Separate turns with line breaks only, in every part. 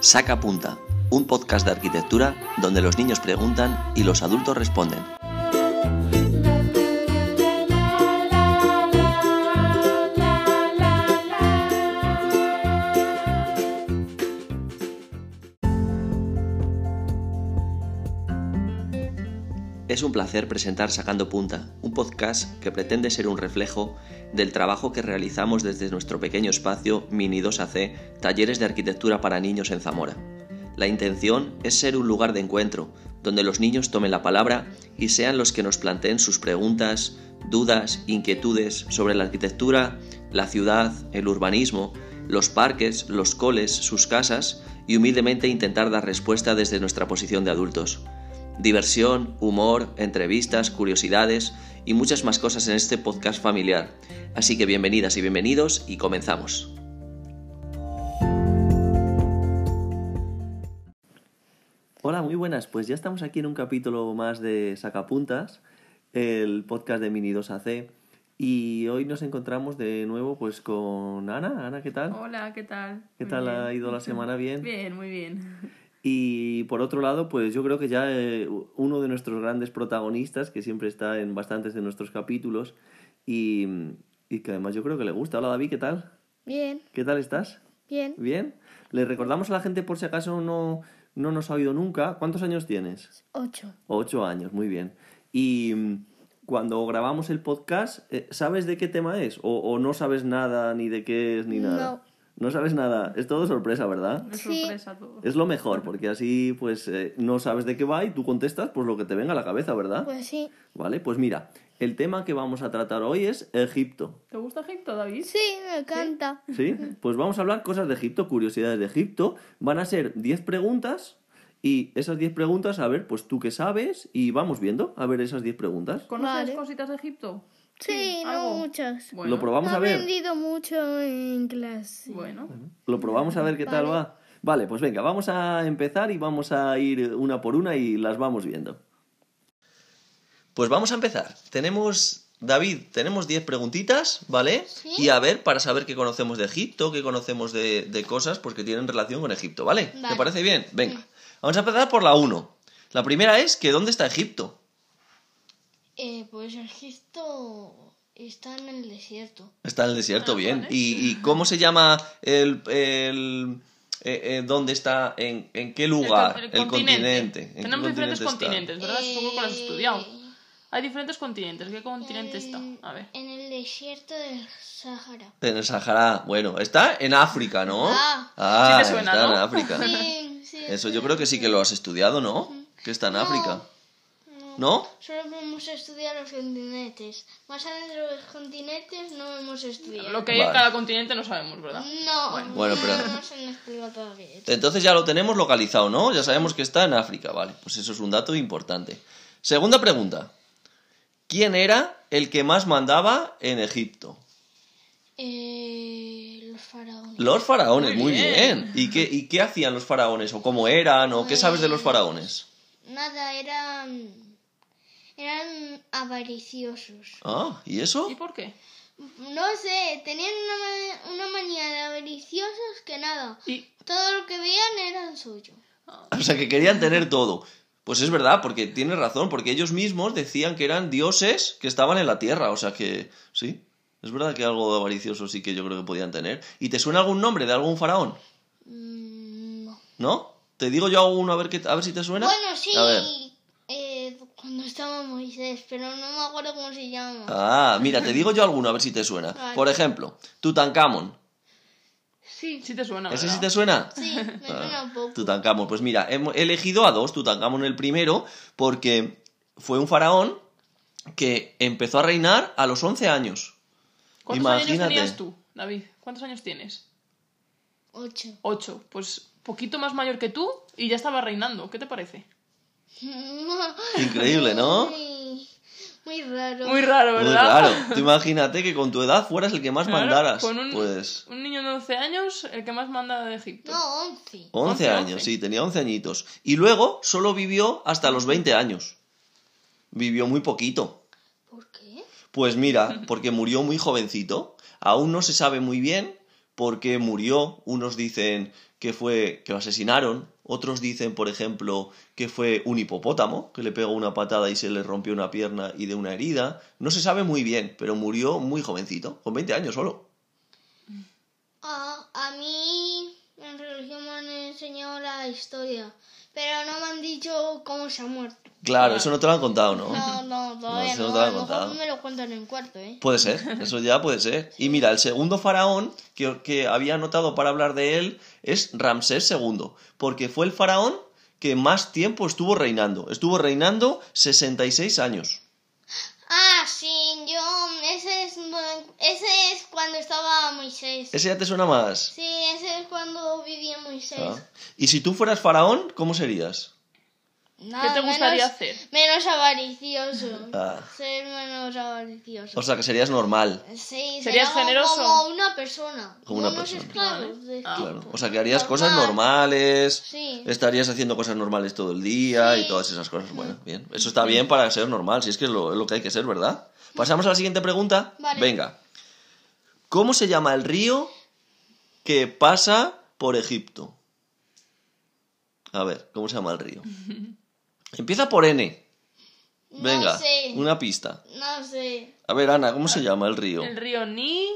Saca Punta, un podcast de arquitectura donde los niños preguntan y los adultos responden. Es un placer presentar Sacando Punta, un podcast que pretende ser un reflejo del trabajo que realizamos desde nuestro pequeño espacio Mini 2AC, Talleres de Arquitectura para Niños en Zamora. La intención es ser un lugar de encuentro, donde los niños tomen la palabra y sean los que nos planteen sus preguntas, dudas, inquietudes sobre la arquitectura, la ciudad, el urbanismo, los parques, los coles, sus casas y humildemente intentar dar respuesta desde nuestra posición de adultos diversión, humor, entrevistas, curiosidades y muchas más cosas en este podcast familiar. Así que bienvenidas y bienvenidos y comenzamos. Hola, muy buenas. Pues ya estamos aquí en un capítulo más de Sacapuntas, el podcast de Mini 2AC. Y hoy nos encontramos de nuevo pues con Ana. Ana, ¿qué tal?
Hola, ¿qué tal?
¿Qué
Muy
tal
bien.
ha ido la semana? ¿Bien?
Bien, muy bien.
Y por otro lado, pues yo creo que ya eh, uno de nuestros grandes protagonistas, que siempre está en bastantes de nuestros capítulos, y, y que además yo creo que le gusta. Hola David, ¿qué tal?
Bien,
¿Qué tal estás?
bien.
¿Bien? Le recordamos a la gente por si acaso no, no nos ha oído nunca. ¿Cuántos años tienes?
Ocho.
Ocho años, muy bien. Y mm, cuando grabamos el podcast, eh, ¿sabes de qué tema es? ¿O, o no sabes nada ni de qué es ni nada? No. sabes nada. Es todo sorpresa, ¿verdad?
Es
Sí.
sorpresa todo.
Es lo mejor, porque así pues eh, no sabes de qué va y tú contestas pues lo que te venga a la cabeza, ¿verdad?
Pues sí.
Vale, pues mira, el tema que vamos a tratar hoy es Egipto.
¿Te gusta Egipto, David?
Sí, me encanta.
¿Sí? Pues vamos a hablar cosas de Egipto, curiosidades de Egipto. Van a ser 10 preguntas y esas 10 preguntas, a ver, pues tú qué sabes y vamos viendo, a ver esas 10 preguntas.
¿Conoces
Vale.
cositas de Egipto?
Sí, no
¿algo?
muchas.
Bueno,
Lo probamos
he
a ver.
aprendido mucho en clase.
Bueno,
Lo probamos a ver qué tal
Vale.
va. Vale, pues venga, vamos a empezar y vamos a ir una por una y las vamos viendo. Pues vamos a empezar. Tenemos, David, tenemos 10 preguntitas, ¿vale?
Sí.
Y a ver, para saber qué conocemos de Egipto, qué conocemos de, de cosas, pues que tienen relación con Egipto, ¿vale? ¿Te
Vale.
parece bien? Venga. Vamos a empezar por la 1. La primera es que ¿dónde está Egipto?
Eh, pues Egipto está en el desierto.
Está en el desierto,
Ah,
bien.
vale.
¿Y, y cómo se llama el... el- eh, eh, ¿Dónde está? ¿En, en qué lugar?
El, con- el continente.
¿En qué
Tenemos diferentes
continente
continentes, ¿verdad? Supongo que lo has
Eh,
estudiado. Hay diferentes continentes. ¿Qué continente está?
eh,
A ver.
En el desierto del Sahara.
está? En el Sahara. Bueno, está en África, ¿no?
Ah.
Sí te suena,
está
¿no?
en África.
Sí, sí,
Eso yo creo que sí que lo has estudiado, ¿no? Que está en
No.
África. ¿No?
Solo hemos estudiado los continentes. Más adentro de los continentes no hemos
eh,
estudiado.
Lo que hay en
Vale.
cada continente no sabemos, ¿verdad?
No,
Bueno,
no
pero-
nos han explicado todavía.
Entonces ya lo tenemos localizado, ¿no? Ya sabemos que está en África, vale. Pues eso es un dato importante. Segunda pregunta. ¿Quién era el que más mandaba en Egipto?
Eh, los faraones.
Los faraones, muy,
Muy
bien. ¿Y, qué, ¿Y qué hacían los faraones? ¿O cómo eran? ¿O qué sabes de
Mm.
los faraones?
Nada, eran... Eran avariciosos.
Ah, ¿y eso?
Mm.
¿Y por qué?
No sé, tenían una, ma- una manía de avariciosos que nada.
Y...
Todo lo que veían era suyo.
O sea, que querían tener todo. Pues es verdad, porque tienes razón, porque ellos mismos decían que eran dioses que estaban en la tierra. O sea que, sí, es verdad que algo avaricioso sí que yo creo que podían tener. ¿Y te suena algún nombre de algún faraón?
Mm, no.
¿No? Te digo yo uno a ver, qué, a ver si te suena.
Bueno, sí,
A ver.
eh, cuando estaba Moisés, pero no me acuerdo cómo se llama.
Ah, mira, te digo yo alguno a ver si te suena.
Vale.
Por ejemplo, Tutankamón.
Sí,
Sí te suena,
¿Ese
¿verdad?
sí te suena?
sí, me
Ah,
suena un poco.
Tutankamón. Pues mira, he he elegido a dos, Tutankamón el primero, porque fue un faraón que empezó a reinar a los 11 años.
¿Cuántos años
Imagínate.
tenías tú, David? ¿Cuántos años tienes?
Ocho.
Ocho. Pues poquito más mayor que tú y ya estaba reinando. ¿Qué te parece?
Increíble, ¿no?
Muy, muy raro.
Muy raro, ¿verdad?
Muy raro. Tú imagínate que con tu edad fueras el que más
Claro,
mandaras.
Con un,
Pues
un niño de 11 años, el que más manda de Egipto.
No, once.
11
11,
años, sí, tenía 11 añitos. Y luego solo vivió hasta los 20 años. Vivió muy poquito.
¿Por qué?
Pues mira, porque murió muy jovencito. Aún no se sabe muy bien porque murió, unos dicen que fue que lo asesinaron, otros dicen, por ejemplo, que fue un hipopótamo, que le pegó una patada y se le rompió una pierna y de una herida. No se sabe muy bien, pero murió muy jovencito, con 20 años solo.
Ah, a mí en religión me han enseñado la historia, pero no me han dicho cómo se ha muerto.
Claro, eso no te lo han contado, ¿no?
No, no, todavía
eso
no.
no te lo
a
han
lo mejor
contado.
me lo cuentan en cuarto, ¿eh?
Puede ser, eso ya puede ser. Y mira, el segundo faraón que, que había anotado para hablar de él es Ramsés II, porque fue el faraón que más tiempo estuvo reinando. Estuvo reinando 66 años.
Ah, sí, yo, ese es, buen- ese es cuando estaba Moisés.
¿Ese ya te suena más?
Sí, ese es cuando vivía Moisés.
Ah. Y si tú fueras faraón, ¿cómo serías?
Nada,
¿Qué te gustaría
menos-
hacer?
Menos avaricioso.
Ah.
Ser menos avaricioso.
O sea, que serías normal.
Eh, Sí,
¿Serías
será como-
generoso?
Como una persona.
Como una
unos
persona.
esclavos de
Ah.
Claro.
Egipto.
O sea, que harías cosas
pues,
Eh,
Normal.
normales,
Sí.
estarías haciendo cosas normales todo el día y
Sí.
todas esas cosas. Bueno, bien. Eso está bien para ser normal, si es que es lo, es lo que hay que ser, ¿verdad? Pasamos a la siguiente pregunta.
Vale.
Venga. ¿Cómo se llama el río que pasa por Egipto? A ver, ¿cómo se llama el río? Empieza por N. Venga,
No sé. Ah.
una pista.
No sé.
A ver, Ana, ¿cómo se llama el río?
El río Ni...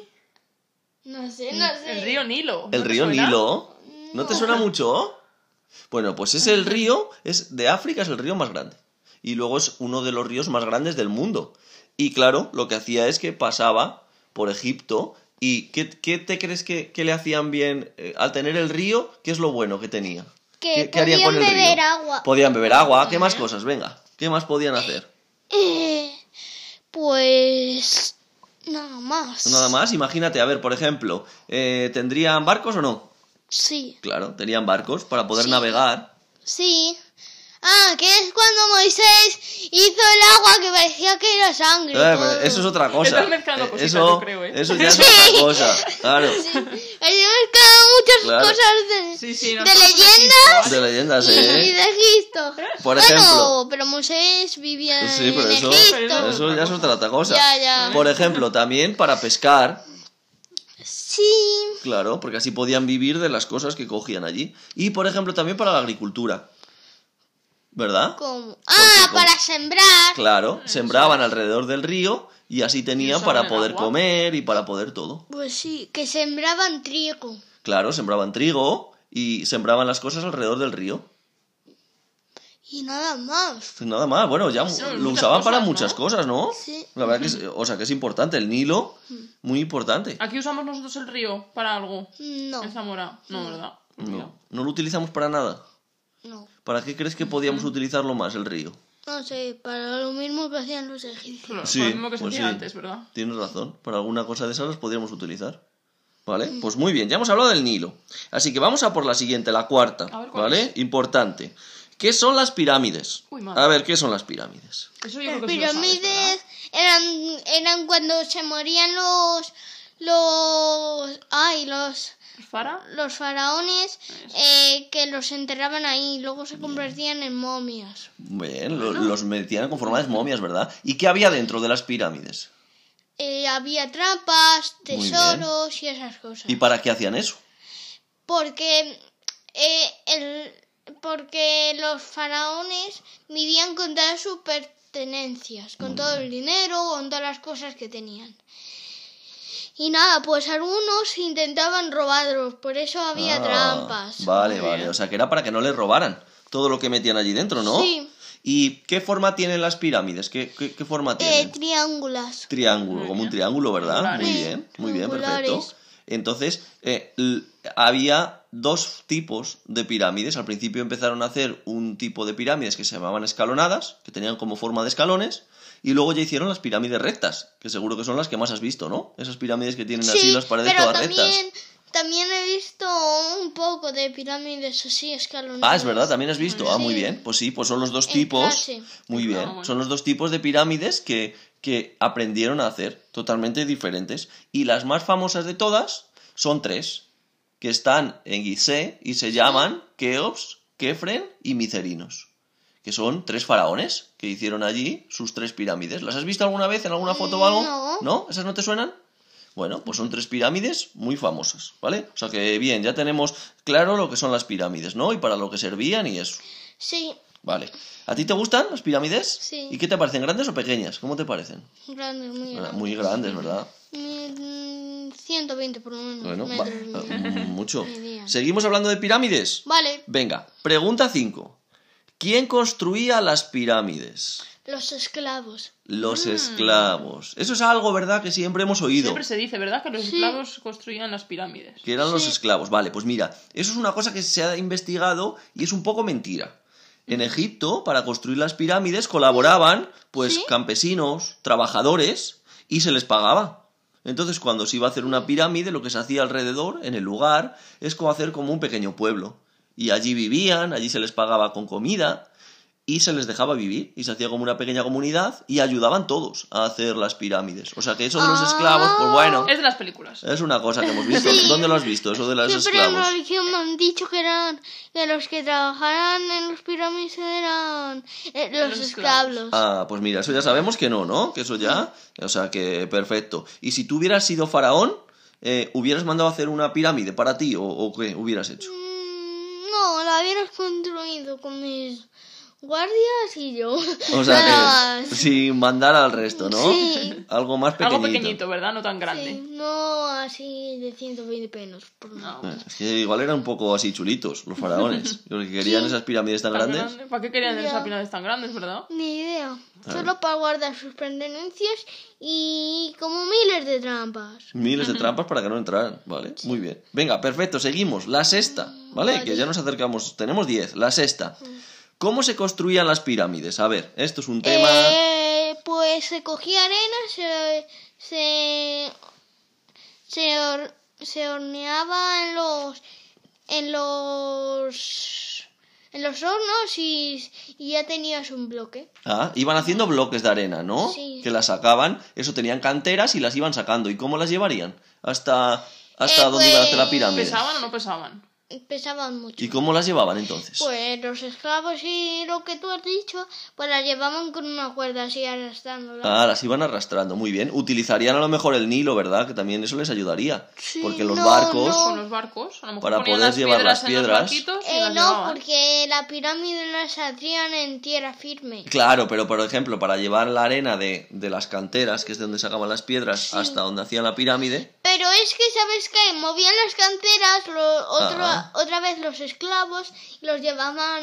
No sé, no sé.
El río Nilo. ¿No
¿El
te
río
suena?
Nilo? ¿No te suena mucho? Bueno, pues es el río, es de África es el río más grande. Y luego es uno de los ríos más grandes del mundo. Y claro, lo que hacía es que pasaba por Egipto. ¿Y qué, qué te crees que, que le hacían bien eh, al tener el río? ¿Qué es lo bueno que tenía?
Que
¿Qué- qué harían con
Eh, podían
el
beber
río?
agua.
Podían beber agua. ¿Qué más cosas? Venga, ¿qué más podían hacer?
Eh, pues. Nada más.
Nada más, imagínate, a ver, por ejemplo, eh, ¿tendrían barcos o no?
Sí.
Claro, tenían barcos para poder
Sí.
navegar.
Sí. Ah, que es cuando Moisés hizo el agua que parecía que era sangre.
Eh,
todo.
eso es otra cosa.
Estás mezclando cositas,
eso,
yo creo, ¿eh?
eso ya es otra cosa. Claro.
Ahí hemos quedado muchas
Claro.
cosas de,
Sí, sí,
de
nos vamos a
leyendas
De leyendas,
y, y
¿eh?
de Egipto.
Por
bueno,
ejemplo.
pero Moisés vivía
Sí, pero
en
eso,
Egipto.
eso ya es otra cosa.
Ya, ya.
Por ejemplo, también para pescar,
Sí.
claro, porque así podían vivir de las cosas que cogían allí. Y por ejemplo, también para la agricultura. ¿Verdad?
¿Cómo? Ah,
cómo?
para sembrar.
Claro, sembraban alrededor del río y así tenían
eso en
para
el
poder
agua.
comer y para poder todo.
Pues sí, que sembraban trigo.
Claro, sembraban trigo y sembraban las cosas alrededor del río.
Y nada más.
Pues Nada más, bueno, ya
Son
lo
muchas
usaban para
cosas, ¿no?
muchas cosas, ¿no?
Sí.
La verdad que es, o sea, que es importante. El Nilo, muy importante.
Aquí usamos nosotros el río para algo.
No,
En Zamora. No, ¿verdad?
No, no lo utilizamos para nada.
no.
¿Para qué crees que podíamos utilizarlo más, el río?
No sé, para lo mismo que hacían los egipcios.
Claro,
Sí,
por lo mismo que se
pues
hacía
sí.
antes, ¿verdad?
Tienes razón. Para alguna cosa de esas las podríamos utilizar. ¿Vale? Pues muy bien, ya hemos hablado del Nilo. Así que vamos a por la siguiente, la cuarta.
A ver, ¿cuál
¿Vale? Importante. ¿Qué son las pirámides?
Uy, madre.
a ver, ¿qué son las pirámides?
Eso yo
Las
creo que sí lo sabes, ¿verdad?
pirámides eran, eran cuando se morían los los ay los
Fara.
los faraones eh, que los enterraban ahí y luego se convertían en momias.
Bien, lo- los metían con forma de momias, ¿verdad? ¿Y qué había dentro de las pirámides?
Eh, había trampas,
Muy bien.
tesoros y esas cosas.
Eh.
¿Y para qué hacían eso?
Porque eh, el porque los faraones vivían con todas sus pertenencias, con todo
Mm.
el dinero, con todas las cosas que tenían. Y nada, pues algunos intentaban robarlos, por eso había
Ah,
trampas.
Vale,
Muy
vale.
bien.
O sea, que era para que no les robaran todo lo que metían allí dentro, ¿no?
Sí.
¿Y qué forma tienen las pirámides? ¿Qué, qué- qué forma
Eh,
tienen?
triángulas.
triángulo, como un triángulo, ¿verdad?
Triangulares.
Muy bien, muy bien, perfecto.
Triangulares.
Entonces, eh, l- había dos tipos de pirámides. Al principio empezaron a hacer un tipo de pirámides que se llamaban escalonadas, que tenían como forma de escalones, y luego ya hicieron las pirámides rectas, que seguro que son las que más has visto, ¿no? Esas pirámides que tienen así
Sí,
las paredes
pero
todas
también,
rectas.
también he visto un poco de pirámides así escalonadas.
Ah, es verdad, también has visto. Ah, muy
Sí.
bien. Pues sí, pues son los dos
En
tipos.
clase.
Muy bien.
Ah, bueno.
Son los dos tipos de pirámides que, que aprendieron a hacer, totalmente diferentes. Y las más famosas de todas son tres, que están en Gizeh y se llaman Keops, Kefren y Micerinos. Que son tres faraones que hicieron allí sus tres pirámides. ¿Las has visto alguna vez en alguna foto o algo?
No.
¿Esas no te suenan? Bueno, pues son tres pirámides muy famosas, ¿vale? O sea que bien, ya tenemos claro lo que son las pirámides, ¿no? Y para lo que servían y eso.
Sí,
Vale. ¿A ti te gustan las pirámides?
Sí.
¿Y qué te parecen, grandes o pequeñas? ¿Cómo te parecen?
grandes, muy grandes.
Muy grandes, ¿verdad?
Mm, 120 por lo menos.
Bueno, va-
metros.
eh, mucho.
Medían.
¿Seguimos hablando de pirámides?
Vale,
Venga, pregunta 5. ¿Quién construía las pirámides?
los esclavos.
Los esclavos. Eso es algo, ¿verdad?, que siempre hemos oído.
Siempre se dice, ¿verdad? Que los esclavos construían las pirámides.
Que eran los
Sí.
esclavos. Vale, pues mira, eso es una cosa que se ha investigado y es un poco mentira. En Egipto, para construir las pirámides, colaboraban, pues, campesinos, trabajadores, y se les pagaba. Entonces, cuando se iba a hacer una pirámide, lo que se hacía alrededor, en el lugar, es como hacer como un pequeño pueblo. Y allí vivían, allí se les pagaba con comida, y se les dejaba vivir, y se hacía como una pequeña comunidad, y ayudaban todos a hacer las pirámides. O sea que eso de los esclavos, pues bueno.
Es de las películas.
Es una cosa que hemos visto.
Sí.
¿Dónde lo has visto? Eso de los
Siempre en
esclavos.
religión me han dicho que eran que los que trabajaran en los pirámides eran eh, los,
Los esclavos.
esclavos.
Ah, pues mira, eso ya sabemos que no, ¿no? Que eso ya. O sea, que perfecto. Y si tú hubieras sido faraón, eh, ¿hubieras mandado a hacer una pirámide para ti o, o qué hubieras hecho?
Mm, no, la hubieras construido con mis guardias y yo.
O sea,
Nada
que
más.
sin mandar al resto, ¿no?
Sí.
Algo más pequeñito.
Algo pequeñito, ¿verdad? No tan grande.
Sí, no así de 120 penos. Por nada.
No.
Eh, Es que igual eran un poco así chulitos los faraones. Los que querían esas pirámides tan
Tan
grandes.
grande. ¿Para qué querían
Ya.
esas pirámides tan grandes, verdad?
Ni idea. Solo para guardar sus pertenencias y como miles de trampas.
Miles de trampas para que no entraran, ¿vale? Muy bien. Venga, perfecto, seguimos. La sexta, ¿vale? Que ya nos acercamos. Tenemos diez. La sexta. ¿Cómo se construían las pirámides? A ver, esto es un tema...
Eh, pues se cogía arena, se se se, hor- se horneaba en los en los en los hornos y, y ya tenías un bloque.
Ah, iban haciendo bloques de arena, ¿no?
Sí.
Que las sacaban. Eso, tenían canteras y las iban sacando. ¿Y cómo las llevarían? Hasta... Hasta
Eh,
dónde iban a hacer la
pues,
pirámide.
¿Pesaban o no pesaban?
Pesaban mucho.
¿Y cómo las llevaban entonces?
Pues los esclavos y lo que tú has dicho, pues la llevaban con una cuerda así arrastrándola. Eh,
Ah, las iban arrastrando, muy bien. Utilizarían a lo mejor el Nilo, ¿verdad? Que también eso les ayudaría.
Sí,
porque los
no,
barcos...
no.
Con los barcos. A lo mejor
Para
ponían
poder
las
llevar
piedras
las
en los
piedras.
barquitos y
Eh,
las
no,
llevaban.
porque la pirámide las hacían en tierra firme.
Claro, pero por ejemplo, para llevar la arena de, de las canteras, que es de donde sacaban las piedras, hasta donde hacían la pirámide,
Pero es que, ¿sabes qué? Movían las canteras, lo- otro-
Ah.
otra vez los esclavos, y los llevaban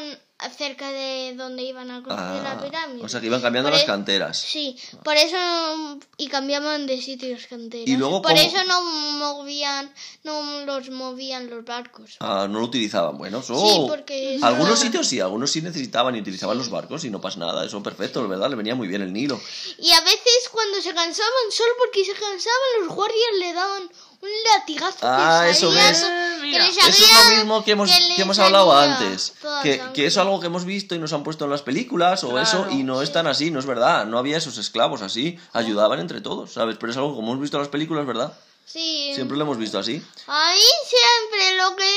cerca de donde iban a construir
ah,
la pirámide.
o sea que iban cambiando
Por
las
e-
canteras.
Sí, por eso... Y cambiaban de sitios canteras.
Y luego,
por
¿cómo?
eso no movían, no los movían los barcos.
Ah, no lo utilizaban, bueno, eso...
Sí, porque es-
Algunos sitios sí, algunos sí necesitaban y utilizaban los barcos y no pasa nada, eso perfecto, ¿verdad? Le venía muy bien el Nilo.
Y a veces cuando se cansaban, solo porque se cansaban, los guardias le daban un latigazo
Ah,
que
eso
salía
ves.
so-
Eh,
que
mira.
les
Eso es lo
salía-
mismo que hemos,
les
que hemos hablado
salía
antes.
toda
Que,
sangre.
que es algo que hemos visto y nos han puesto en las películas o
Claro,
eso, y no es tan así, no es verdad. No había esos esclavos así, ayudaban entre todos, ¿sabes? Pero es algo como hemos visto en las películas, ¿verdad?
Sí.
Siempre lo hemos visto así.
A mí siempre lo que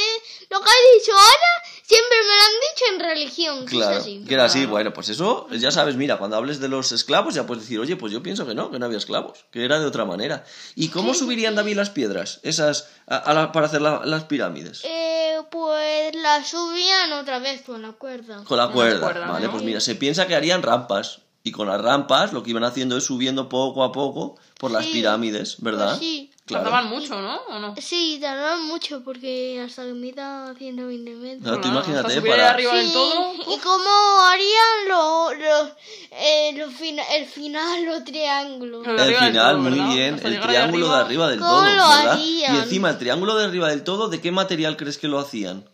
lo que he dicho ahora siempre me lo han dicho en religión. que es
Claro,
así.
que era así. Bueno, pues eso, ya sabes, mira, cuando hables de los esclavos ya puedes decir, oye, pues yo pienso que no, que no había esclavos, que era de otra manera. ¿Y cómo subirían David las piedras, esas, a- a la- para hacer la- las pirámides?
Eh, pues la subían otra vez pues, con la cuerda.
Con la
Con
cuerda,
las cuerdas,
vale,
¿no?
pues mira, se piensa que harían rampas. Y con las rampas lo que iban haciendo es subiendo poco a poco por las
Sí.
pirámides, ¿verdad?
Pues sí.
Claro.
Tardaban mucho, ¿no? ¿O no?
Sí, tardaron mucho porque hasta que mida 120 metros.
Claro, tú
Claro, hasta
imagínate
subir
para...
arriba del todo.
¿Y cómo harían lo, lo- eh, lo fina- el final, los triángulos?
Pero de
El
arriba del
final,
todo,
muy
¿verdad?
bien.
Hasta
el
llegar ahí
triángulo de arriba del
¿Cómo
todo,
lo
¿verdad?
harían?
Y encima, el triángulo de arriba del todo, ¿de qué material crees que lo hacían?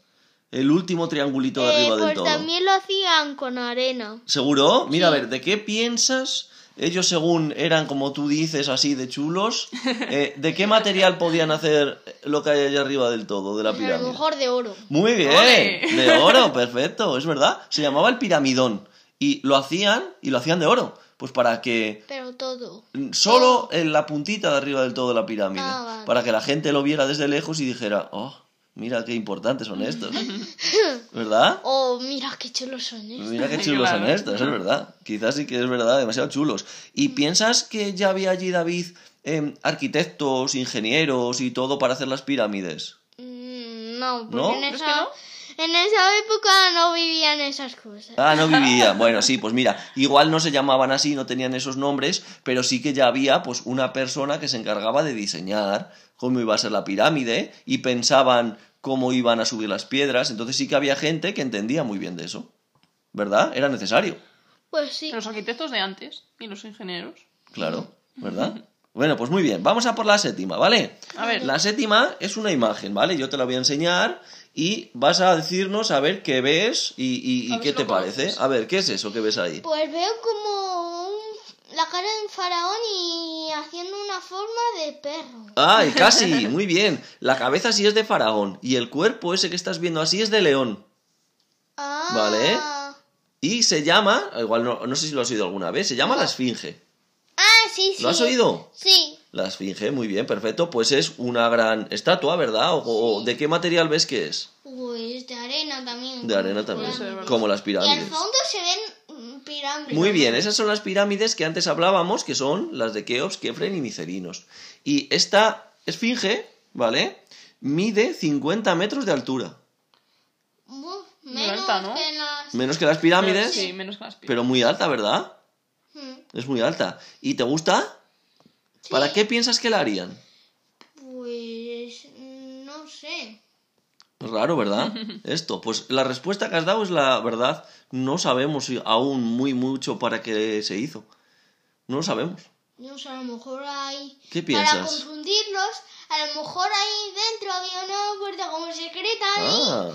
El último triangulito de
Eh,
arriba del
pues
todo.
también lo hacían con
Eh,
arena.
¿Seguro? Mira, a ver, ¿de qué piensas? Ellos, según eran, como tú dices, así de chulos, eh, ¿de qué material podían hacer lo que hay allá arriba del todo, de la
A lo
pirámide?
mejor de oro.
Muy bien,
¡Ole!
de oro, perfecto, es verdad. Se llamaba el piramidón y lo hacían y lo hacían de oro, pues para que
Pero todo.
mm, solo en la puntita de arriba del todo de la pirámide,
Ah, vale.
para que la gente lo viera desde lejos y dijera, oh, mira qué importantes son estos, ¿verdad?
Oh, mira qué chulos son ¿eh? estos.
Mira qué chulos
Claro.
Mm.
son estos, es verdad. Quizás sí que es verdad, demasiado chulos. ¿Y piensas que ya había allí David em, arquitectos, ingenieros y todo para hacer las pirámides.
Mm, No, porque
¿No?
En,
¿Crees que
esa, en esa época no vivían esas cosas.
Ah, no vivía. Bueno, sí, pues mira, igual no se llamaban así, no tenían esos nombres, pero sí que ya había pues una persona que se encargaba de diseñar cómo iba a ser la pirámide y pensaban cómo iban a subir las piedras, entonces sí que había gente que entendía muy bien de eso. ¿Verdad? Era necesario.
Pues sí.
Los arquitectos de antes y los ingenieros.
Claro, ¿verdad? Bueno, pues muy bien, vamos a por la séptima, ¿vale?
A ver.
La séptima es una imagen, ¿vale? Yo te la voy a enseñar y vas a decirnos a ver qué ves y, y- y
A ver
qué
si
te
lo
parece.
conoces.
A ver, ¿qué es eso que ves ahí?
Pues veo como un- la cara de un faraón y haciendo una forma de perro.
¡Ay, casi! Muy bien. La cabeza sí es de faraón y el cuerpo ese que estás viendo así es de león.
Ah.
Vale. Y se llama, igual no, no sé si lo has oído alguna vez, se llama la esfinge.
Ah, sí, sí.
¿Lo has oído?
Sí.
La esfinge, muy bien, perfecto. Pues es una gran estatua, ¿verdad? O- o ¿De qué material ves que es?
Pues de arena también.
De arena
como
también,
ser, ¿verdad?
pirámides.
como las
Y al
pirámides.
fondo se ven mm, pirámides.
Muy bien, esas son las pirámides que antes hablábamos, que son las de Keops, Kefren y Micerinos. Y esta esfinge, ¿vale? Mide 50 metros de altura.
Uf,
Muy
menos
alta, ¿no?
que las...
Menos que las pirámides,
Sí, menos que las pirámides.
pero muy alta, ¿verdad?
Mm,
Es muy alta. ¿Y te gusta? ¿Para qué piensas que la harían?
Pues mm, no sé.
Pues Raro, ¿verdad? Esto. Pues la respuesta que has dado es la verdad. No sabemos si- aún muy mucho para qué se hizo. No lo sabemos.
No sé, a lo mejor hay...
¿Qué
Para
piensas?
confundirlos, a lo mejor ahí dentro había una puerta como secreta ahí,
Ah,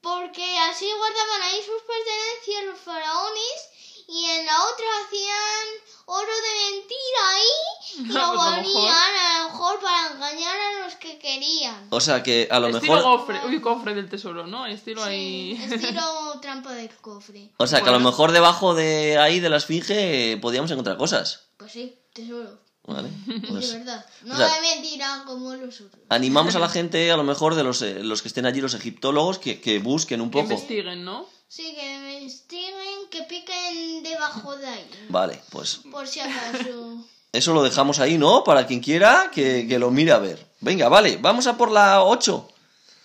porque así guardaban ahí sus pertenencias los faraones y en la otra hacían oro de mentira ahí y
Pues a
lo
lo mejor.
guardían a lo mejor para engañar a los que querían.
o sea que a lo
Estilo
mejor...
cofre, uy, cofre del tesoro, ¿no? Estilo
Sí,
ahí...
estilo trampa del cofre.
O sea, que a lo
Bueno.
mejor debajo de ahí de la esfinge eh, podíamos encontrar cosas.
Pues sí, tesoro,
Vale. Pues
de verdad. No
o sea-
de mentira como los otros.
animamos a la gente, a lo mejor de los, eh, los que estén allí, los egiptólogos, que, que busquen un
Que
poco.
investiguen, ¿no?
Sí, que me instiguen, que piquen debajo de ahí,
Vale, pues
por si acaso.
eso lo dejamos ahí, ¿no? Para quien quiera que, que lo mire a ver. Venga, vale, vamos a por la 8.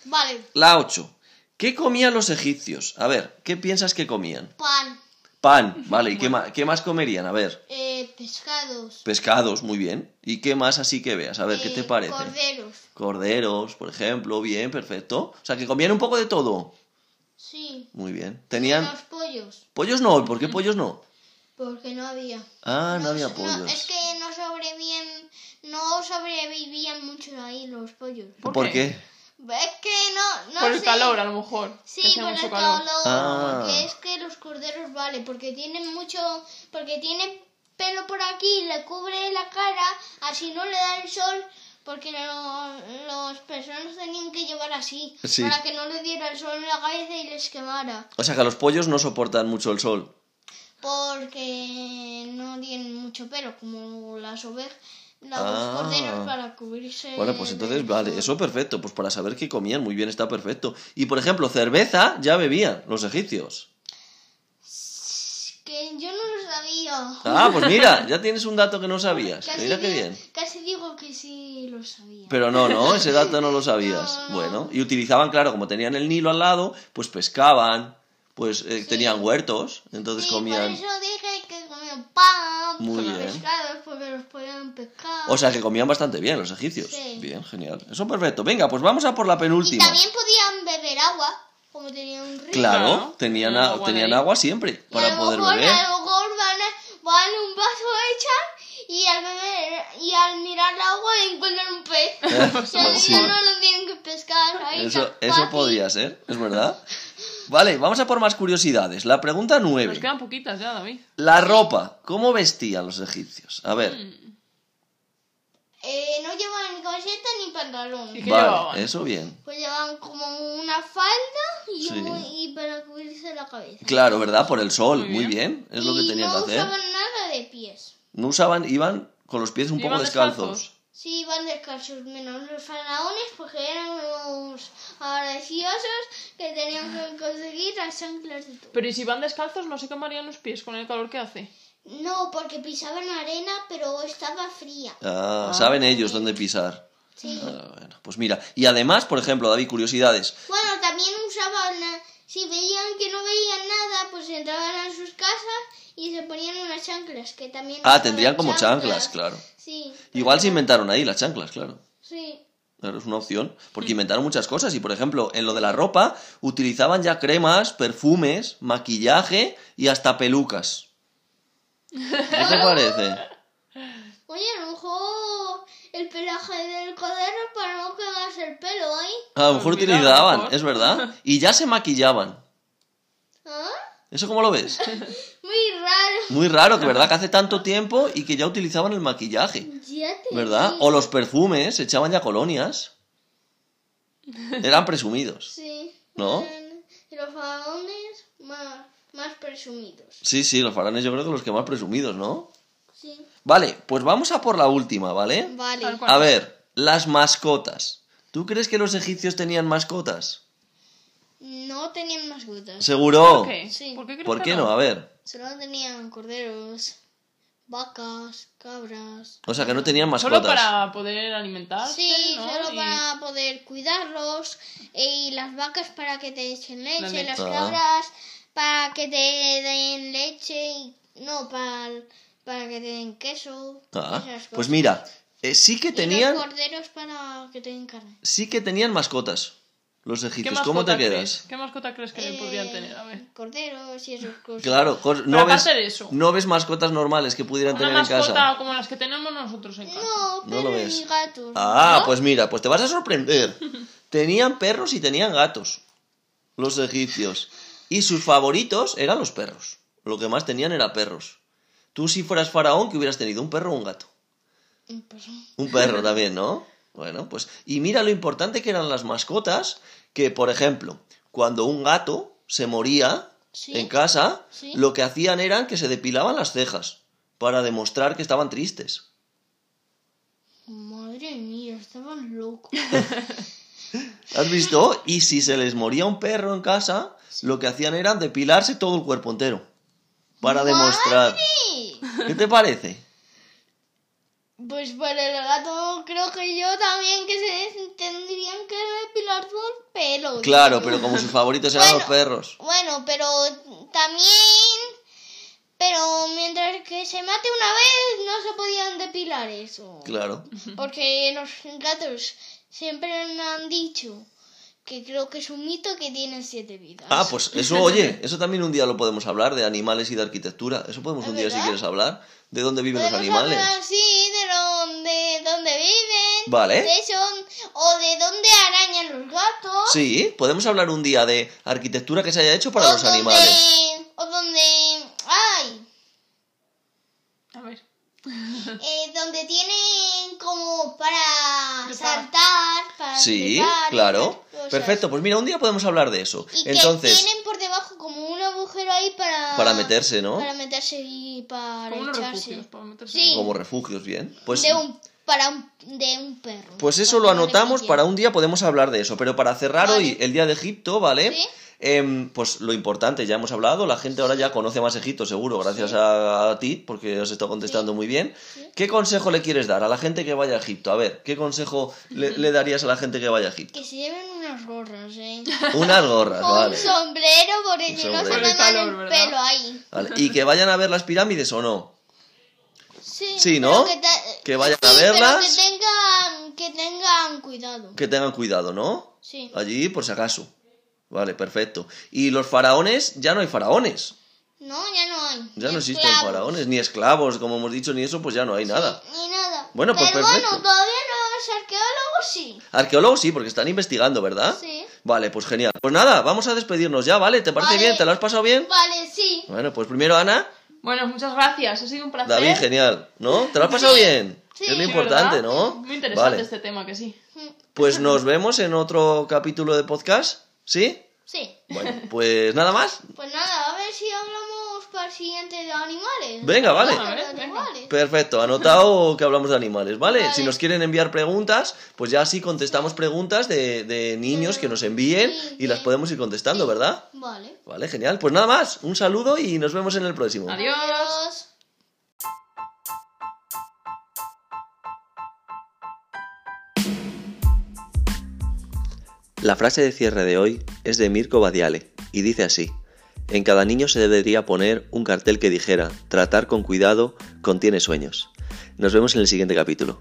Vale,
La 8. ¿Qué comían los egipcios? A ver, ¿qué piensas que comían?
pan,
Pan, vale, ¿y qué, ma- qué más comerían? A ver,
eh, pescados,
pescados, muy bien. ¿Y qué más así que veas? A ver, ¿qué te
eh,
parece?
corderos,
Corderos, por ejemplo, bien, perfecto. O sea, que comían un poco de todo.
sí,
Muy bien. Tenían...
los pollos,
Pollos no, ¿por qué pollos no?
porque no había.
Ah, no había
se- es
pollos.
que no sobrevivían, no sobrevivían mucho ahí los pollos.
¿Por
¿Por
qué?
qué?
Es que no, no
Por el
sé.
calor, a lo mejor. que
Sí,
hacía
por
mucho
el calor.
Ah.
Porque es que los corderos vale, porque tienen mucho, porque tienen pelo por aquí, le cubre la cara, así no le da el sol, porque lo- los personas tenían que llevar así,
Sí.
para que no le diera el sol en la cabeza y les quemara,
O sea, que los pollos no soportan mucho el sol.
porque no tienen mucho pelo, como las ovejas, los
Ah.
corderos para cubrirse.
Bueno, pues entonces,
del
vale,
sol.
eso perfecto. Pues para saber qué comían, muy bien, está perfecto. Y por ejemplo, cerveza ya bebían los egipcios.
Que yo no lo sabía.
Ah, pues mira, ya tienes un dato que no sabías.
Casi
Mira qué
di-
bien.
Casi digo que sí lo sabía.
Pero no, no, ese dato no lo sabías.
No.
Bueno, y utilizaban, claro, como tenían el Nilo al lado, pues pescaban, pues eh, tenían huertos, entonces
Sí,
comían.
Por eso dije que comían pan,
Muy
comían
bien.
pescados, porque los podían pescar.
O sea, que comían bastante bien los egipcios.
Sí.
Bien, genial. Eso perfecto. Venga, pues vamos a por la
y
penúltima.
también podían beber agua, como tenían un río.
Claro,
Claro,
tenían,
tenían
a-
agua
tenían
ahí.
agua siempre
Y a
para
lo
poder
mejor,
beber.
A lo mejor van a, van a un vaso echan y al beber y al mirar el agua encuentran un pez. y al
Bueno, sí.
día no lo tienen que pescar. Ahí
Eso,
está
eso
fácil.
podía ser, es verdad. Vale, vamos a por más curiosidades. La pregunta
Nos
9.
quedan poquitas ya, David.
La ropa. ¿Cómo vestían los egipcios? A ver,
Mm,
Eh, no llevaban ni camiseta ni pantalón.
¿Y qué llevaban?
vale, eso bien.
Pues llevaban como una falda y,
Sí.
un- y para cubrirse la cabeza.
Claro, ¿verdad? Por el sol, muy
Muy
bien. Es lo que
y
tenían
no
que hacer.
usaban nada de pies.
No usaban, iban con los pies un poco
¿Iban
descalzos.
Sí, iban descalzos, menos los faraones, porque eran unos agradeciosos que tenían que conseguir las chanclas de todo.
Pero y si van descalzos, no se quemarían los pies con el calor que hace.
No, porque pisaban arena, pero estaba fría.
Ah, saben ellos dónde pisar.
Sí.
Ah, bueno, pues mira, y además, por ejemplo, David, curiosidades.
Bueno, también usaban, la- si veían que no veían nada, pues entraban a sus casas y se ponían unas chanclas, que también...
Ah,
usaban
tendrían como chanclas, claro.
Sí,
Igual se inventaron ahí las chanclas, claro.
sí.
Claro, es una opción.
Mm.
Porque inventaron muchas cosas. Y por ejemplo, en lo de la ropa, utilizaban ya cremas, perfumes, maquillaje y hasta pelucas. ¿Qué te parece?
Oye, a lo mejor el pelaje del codero para no quemarse el pelo, ¿eh?
A lo mejor
Pues mira, a lo
utilizaban,
mejor.
es verdad. Y ya se maquillaban.
¿Ah?
¿Eso cómo lo ves?
Muy raro.
Muy raro, que verdad que hace tanto tiempo y que ya utilizaban el maquillaje.
Ya te
¿Verdad?
digo.
O los perfumes, se echaban ya colonias. Eran presumidos.
Sí.
¿No?
eran Los faraones más, más presumidos.
Sí, sí, los faraones yo creo que los que más presumidos, ¿no?
Sí.
Vale, pues vamos a por la última, ¿vale?
Vale.
Tal cual.
A ver, las mascotas. ¿Tú crees que los egipcios tenían mascotas?
No tenían mascotas.
Seguro.
¿Por qué?
Sí.
¿Por qué, crees
¿Por
que
qué no? A ver.
Solo tenían corderos, vacas, cabras.
O sea, que no tenían
Solo
mascotas.
para poder alimentarse,
Sí,
Ah, ¿no?
solo
Y-
para poder cuidarlos. Y las vacas para que te echen leche.
La leche.
Las
Ah.
cabras para que te den leche. Y, no, para, para que te den queso.
Ah,
esas
pues
cosas.
mira, eh, sí que
Y
tenían,
los corderos para que te den carne.
sí que tenían mascotas. Los
¿Qué
egipcios,
mascota
¿cómo te
crees?
quedas?
¿Qué mascota crees que
Eh,
podrían tener? A ver.
Corderos y esas cosas.
Claro, cos- no ves,
aparte de eso.
no ves mascotas normales que pudieran
Una
tener en casa.
mascota como las que tenemos nosotros en casa.
No,
No
pero
lo ves.
y gatos.
Ah, pues mira, pues te vas a sorprender. tenían perros y tenían gatos. Los egipcios. Y sus favoritos eran los perros. Lo que más tenían era perros. Tú si fueras faraón, que hubieras tenido un perro o un gato.
Un perro.
Un perro también, ¿no? Bueno, pues y mira lo importante que eran las mascotas, que por ejemplo, cuando un gato se moría
Sí.
en casa,
Sí.
lo que hacían eran que se depilaban las cejas para demostrar que estaban tristes.
Madre mía, estaban locos.
¿Has visto? Y si se les moría un perro en casa, lo que hacían era depilarse todo el cuerpo entero. Para demostrar.
Sí.
¿Qué te parece?
Pues para el gato creo que yo también que se tendrían que depilar todo el pelo.
Claro,
digo.
pero como sus favoritos eran los perros.
Bueno, pero también... Pero mientras que se mate una vez no se podían depilar eso.
Claro.
Porque los gatos siempre me han dicho que creo que es un mito que tienen siete vidas.
Ah, pues eso, oye, eso también un día lo podemos hablar, de animales y de arquitectura. Eso podemos un día, si
¿Verdad?
quieres hablar, de dónde viven los
Podemos
animales.
hablar, Sí, de dónde, dónde viven.
Vale.
De eso, o de dónde arañan los gatos.
Sí, podemos hablar un día de arquitectura que se haya hecho para
o
los
donde-
animales.
O donde. ¡Ay!
A ver.
eh, donde tienen como para
Trepar.
saltar, para.
Sí,
trepar y
claro.
esas cosas.
Perfecto, pues mira, un día podemos hablar de eso.
Y
Entonces,
que tienen por debajo como un agujero ahí para.
para meterse, ¿no?
Para meterse y para
Como unos
echarse.
refugios para meterse.
Sí.
Como refugios, bien. Pues
de un, para un, de un perro.
Pues eso lo anotamos para un día, podemos hablar de eso. Pero para cerrar
Vale.
hoy el día de Egipto, ¿vale?
Sí.
Em, pues lo importante, ya hemos hablado, la gente ahora ya conoce más Egipto, seguro, gracias a, a ti, porque os he estado contestando muy bien. ¿Qué consejo le quieres dar a la gente que vaya a Egipto? A ver, ¿qué consejo le, le darías a la gente que vaya a Egipto?
Que se lleven unas gorras, ¿eh?
Unas gorras,
O
Pues vale.
un sombrero porque
Un
si no se
sombrero.
queman
Por el
el
calor, ¿verdad?
pelo ahí.
Vale, ¿Y que vayan a ver las pirámides o no?
Sí,
Sí,
pero
¿no?
Que, ta-
Que vayan a
sí, pero
verlas.
que tengan, que tengan cuidado.
Que tengan cuidado, ¿no?
Sí.
Allí, por si acaso. Vale, perfecto. Y los faraones, ya no hay faraones.
No, ya no hay.
Ya no existen
Esclavos.
faraones, ni esclavos, como hemos dicho, ni eso, pues ya no hay nada.
Ni nada.
Bueno, pues
pero
perfecto.
bueno, todavía los arqueólogos sí.
Arqueólogos sí, porque están investigando, ¿verdad?
Sí.
Vale, pues genial. Pues nada, vamos a despedirnos ya, ¿vale? ¿Te parece
Vale.
bien? ¿Te lo has pasado bien?
Vale, sí.
Bueno, pues primero Ana,
Bueno, muchas gracias. Ha sido un placer.
David, genial, ¿no? ¿Te lo has pasado bien?
Sí,
es lo
Sí,
importante,
¿verdad?
¿no?
Muy interesante
Vale,
este tema, que sí.
Mm,
pues nos vemos en otro capítulo de podcast, ¿sí?
Sí.
Bueno, pues nada más.
Pues nada, a ver si hablamos para el siguiente de animales.
Venga, vale.
Para los
A ver, venga.
animales.
Perfecto, anotado que hablamos de animales, ¿vale?
Vale.
Si nos quieren enviar preguntas, pues ya sí contestamos preguntas de, de niños que nos envíen
Sí,
y las
sí.
podemos ir contestando, ¿verdad?
Vale.
Vale, genial. Pues nada más, un saludo y nos vemos en el próximo.
Adiós.
Adiós.
La frase de cierre de hoy es de Mirko Badiale y dice así. En cada niño se debería poner un cartel que dijera, tratar con cuidado contiene sueños. Nos vemos en el siguiente capítulo.